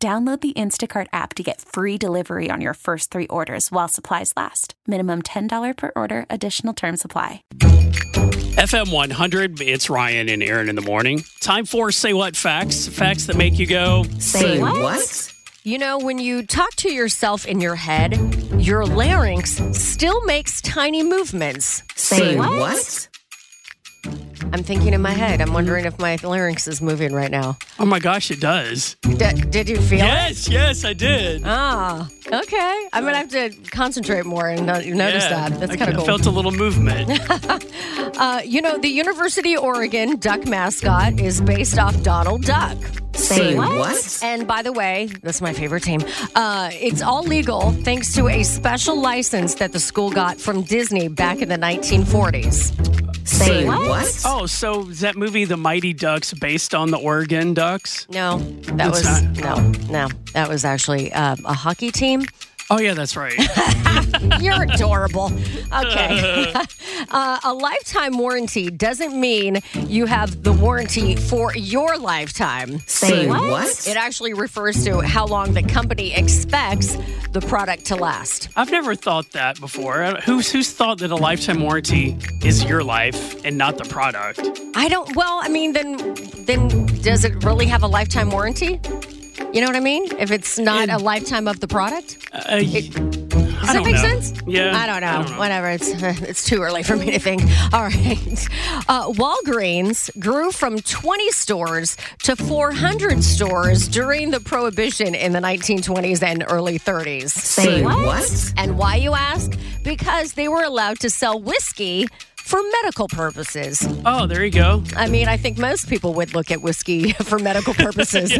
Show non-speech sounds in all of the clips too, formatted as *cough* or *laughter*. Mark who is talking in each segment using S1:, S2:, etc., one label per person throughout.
S1: Download the Instacart app to get free delivery on your first three orders while supplies last. Minimum $10 per order, additional term supply.
S2: FM 100, it's Ryan and Aaron in the morning. Time for Say What Facts. Facts that make you go,
S3: Say what? You know, when you talk to yourself in your head, your larynx still makes tiny movements.
S4: Say what?
S3: I'm thinking in my head. I'm wondering if my larynx is moving right now.
S2: oh my gosh, it does.
S3: D- did you feel it?
S2: Yes, yes, I did.
S3: Ah, okay. I'm going to have to concentrate more and not- notice
S2: Yeah,
S3: that. That's
S2: I
S3: kind of cool.
S2: felt a little
S3: *laughs*
S2: movement.
S3: uh, you know, the University of Oregon duck mascot is based off Donald Duck.
S4: Say what?
S3: And by the way, that's my favorite team. Uh, it's all legal thanks to a special license that the school got from Disney back in the 1940s.
S4: Say
S3: Say
S4: what?
S2: oh, so is that movie The Mighty Ducks based on the Oregon Ducks?
S3: No, that
S2: It's
S3: was no, no. That was actually uh, a hockey team.
S2: Oh yeah, that's
S3: *laughs*
S2: right.
S3: You're adorable. Okay. *laughs* uh, a lifetime warranty doesn't mean you have the warranty for your lifetime.
S4: Say what?
S3: It actually refers to how long the company expects the product to last.
S2: I've never thought that before. Who's who's thought that a lifetime warranty is your life and not the product?
S3: I don't. Well, I mean, then, then does it really have a lifetime warranty? You know what I mean? If it's not
S2: Yeah.
S3: a lifetime of the product,
S2: Uh, Does
S3: does that make sense?
S2: Yeah,
S3: I don't know. Whatever. It's *laughs* it's too early for me to think. All right. *laughs* Uh, Walgreens grew from 20 stores to 400 stores during the prohibition in the 1920s and early 30s.
S4: Say what?
S3: And why you ask? Because they were allowed to sell whiskey for medical purposes.
S2: Oh, there you go.
S3: I mean, I think most people would look at whiskey *laughs* for medical purposes. *laughs*
S2: *laughs*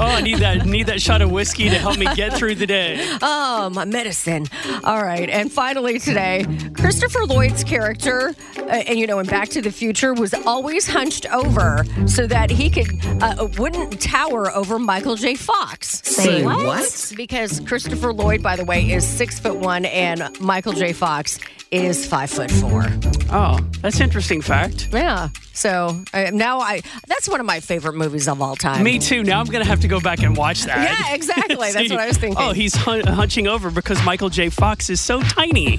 S2: Oh, I need that need that shot of whiskey to help me get through the day.
S3: Oh, my medicine. All right. And finally today, Christopher Lloyd's character, uh, and you know, in Back to the Future, was always hunched over so that he could, uh, wouldn't tower over Michael J. Fox.
S4: Say what?
S3: Because Christopher Lloyd, by the way, is six foot one and Michael J. Fox is five foot four.
S2: Oh, that's interesting fact.
S3: Yeah. So uh, now I, that's one of my favorite movies of all time.
S2: Me too. Now I'm gonna have to go back and watch that.
S3: Yeah, exactly.
S2: *laughs*
S3: That's
S2: See?
S3: what I was thinking.
S2: Oh, he's hun- hunching over because Michael J. Fox is so tiny.